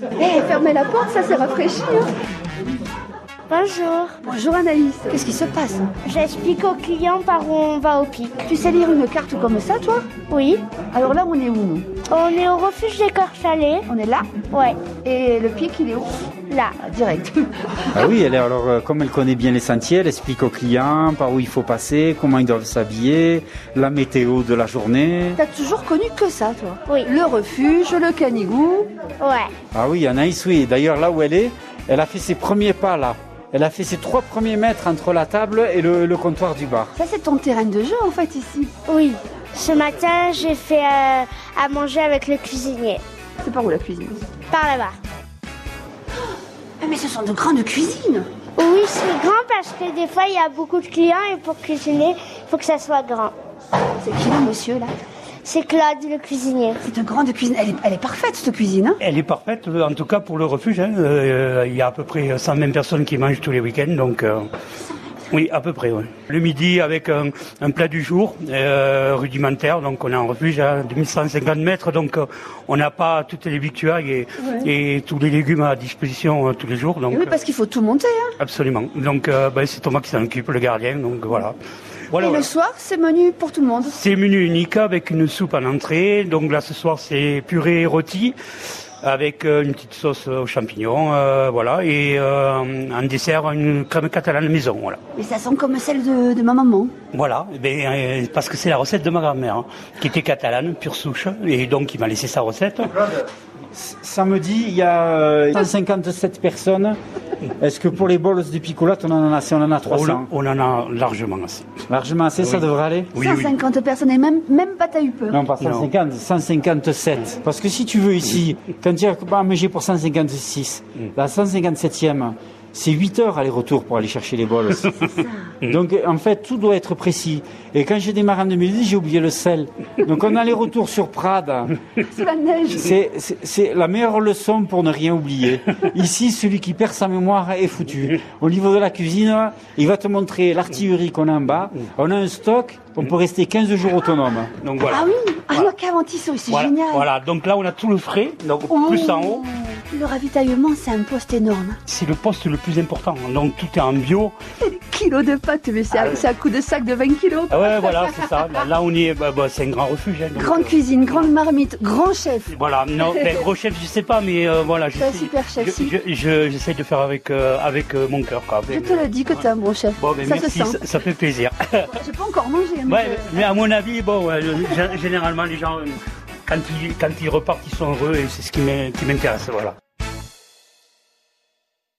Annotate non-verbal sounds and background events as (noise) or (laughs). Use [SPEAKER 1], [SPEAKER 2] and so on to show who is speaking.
[SPEAKER 1] Et fermer Eh, la porte, ça c'est rafraîchi. hein.
[SPEAKER 2] Bonjour.
[SPEAKER 1] Bonjour Anaïs. Qu'est-ce qui se passe
[SPEAKER 2] J'explique aux clients par où on va au pic.
[SPEAKER 1] Tu sais lire une carte comme ça, toi
[SPEAKER 2] Oui.
[SPEAKER 1] Alors là, on est où nous
[SPEAKER 2] On est au refuge des Corsalés.
[SPEAKER 1] On est là
[SPEAKER 2] Ouais.
[SPEAKER 1] et le pic, il est où
[SPEAKER 2] Là.
[SPEAKER 1] Ah, Direct. (laughs)
[SPEAKER 3] Ah oui, elle, est- alors euh, comme elle connaît bien les sentiers, elle explique aux clients par où il faut passer, comment ils doivent s'habiller, la météo de la journée.
[SPEAKER 1] T'as toujours connu que ça, toi
[SPEAKER 2] Oui.
[SPEAKER 1] Le refuge, le canigou.
[SPEAKER 2] Ouais.
[SPEAKER 3] Ah oui, Anaïs, oui. D'ailleurs, là où elle est, elle a fait ses premiers pas là. Elle a fait ses trois premiers mètres entre la table et le, le comptoir du bar.
[SPEAKER 1] Ça, c'est ton terrain de jeu, en fait, ici.
[SPEAKER 2] Oui. Ce matin, j'ai fait euh, à manger avec le cuisinier.
[SPEAKER 1] C'est par où la cuisine
[SPEAKER 2] Par là-bas.
[SPEAKER 1] Ah, Mais ce sont de grandes cuisines
[SPEAKER 2] Oui, c'est grand parce que des fois, il y a beaucoup de clients et pour cuisiner, il faut que ça soit grand.
[SPEAKER 1] C'est qui là, monsieur, là
[SPEAKER 2] C'est Claude, le cuisinier.
[SPEAKER 1] C'est une grande cuisine. Elle est, elle est parfaite, cette cuisine. hein
[SPEAKER 4] Elle est parfaite, euh, en tout cas pour le refuge. hein. Euh, Il y a à peu près 120 personnes qui mangent tous les week-ends, donc. euh, oui, à peu près. oui. Le midi avec un, un plat du jour euh, rudimentaire, donc on est en refuge à 2150 mètres, donc euh, on n'a pas toutes les victuailles et, et tous les légumes à disposition euh, tous les jours, donc
[SPEAKER 1] Et oui, parce qu'il faut tout monter. hein.
[SPEAKER 4] euh, absolument. Donc euh, ben, c'est Thomas qui s'en occupe, le gardien, donc voilà. Voilà.
[SPEAKER 1] et
[SPEAKER 4] voilà.
[SPEAKER 1] le soir, c'est menu pour tout le monde.
[SPEAKER 4] C'est menu unique avec une soupe en entrée. Donc là, ce soir, c'est purée rôti avec euh, une petite sauce aux champignons, euh, voilà, et euh, en dessert une crème catalane maison, voilà.
[SPEAKER 1] Mais ça sent comme celle de, de ma maman.
[SPEAKER 4] Voilà, eh ben, euh, parce que c'est la recette de ma grand-mère, hein, qui était catalane, pure souche, et donc il m'a laissé sa recette.
[SPEAKER 3] S- Samedi, il y a euh, 157 personnes. Est-ce que pour les bols du picolat, on en a assez On en a
[SPEAKER 4] On,
[SPEAKER 3] 300.
[SPEAKER 4] on en a largement assez.
[SPEAKER 3] Largement assez, ça
[SPEAKER 4] Oh Oui.
[SPEAKER 3] devrait aller
[SPEAKER 1] 150 personnes et même, même pas t'as eu peur.
[SPEAKER 3] Non, pas
[SPEAKER 4] Non.
[SPEAKER 3] 150, 157. Parce que si tu veux ici, quand tu as bah, mais j'ai pour 156, la 157e, c'est 8 heures aller-retour pour aller chercher les bols. Donc en fait, tout doit être précis. Et quand j'ai démarré en 2010, j'ai oublié le sel. Donc on aller-retour sur Prades.
[SPEAKER 1] Sous la neige.
[SPEAKER 3] C'est- C'est c'est la meilleure leçon pour ne rien oublier. Ici, celui qui perd sa mémoire est foutu. Au niveau de la cuisine, il va te montrer l'artillerie qu'on a en bas. On a un stock, on peut rester 15 jours autonome.
[SPEAKER 4] Donc voilà.
[SPEAKER 1] Ah oui, ah, le caventisseau, c'est
[SPEAKER 4] voilà,
[SPEAKER 1] génial.
[SPEAKER 4] voilà. donc là on a tout le frais, donc
[SPEAKER 1] Oh.
[SPEAKER 4] plus en haut.
[SPEAKER 1] Le ravitaillement, c'est un poste énorme.
[SPEAKER 4] C'est le poste le plus important, donc tout est en bio,
[SPEAKER 1] Kilo de pâtes, mais c'est un- c'est un coup de sac de 20 kilos.
[SPEAKER 4] Ah ouais, voilà, c'est ça. Là, là, on y est. Bah, bah, c'est un grand refuge. hein, donc,
[SPEAKER 1] Grande
[SPEAKER 4] euh,
[SPEAKER 1] cuisine, grande marmite, grand chef.
[SPEAKER 4] Voilà,
[SPEAKER 1] (laughs)
[SPEAKER 4] non, ben, gros chef, je sais pas, mais euh, voilà.
[SPEAKER 1] T'es un
[SPEAKER 4] j'essaie-
[SPEAKER 1] super chef,
[SPEAKER 4] je-
[SPEAKER 1] si.
[SPEAKER 4] je- je- J'essaie de faire avec, euh, avec euh, mon cœur, quoi.
[SPEAKER 1] Je
[SPEAKER 4] Ben,
[SPEAKER 1] te
[SPEAKER 4] euh,
[SPEAKER 1] le dis que t'es un bon chef.
[SPEAKER 4] Bon, ben,
[SPEAKER 1] ça
[SPEAKER 4] merci,
[SPEAKER 1] se sent.
[SPEAKER 4] ça, ça
[SPEAKER 1] (laughs)
[SPEAKER 4] fait plaisir.
[SPEAKER 1] J'ai pas encore mangé. hein, mais
[SPEAKER 4] Ouais,
[SPEAKER 1] je-
[SPEAKER 4] mais à mon avis, bon, ouais, le- gé- généralement, les gens, euh, quand ils, quand ils repartent, ils sont heureux et c'est ce qui m'in- qui m'intéresse, voilà.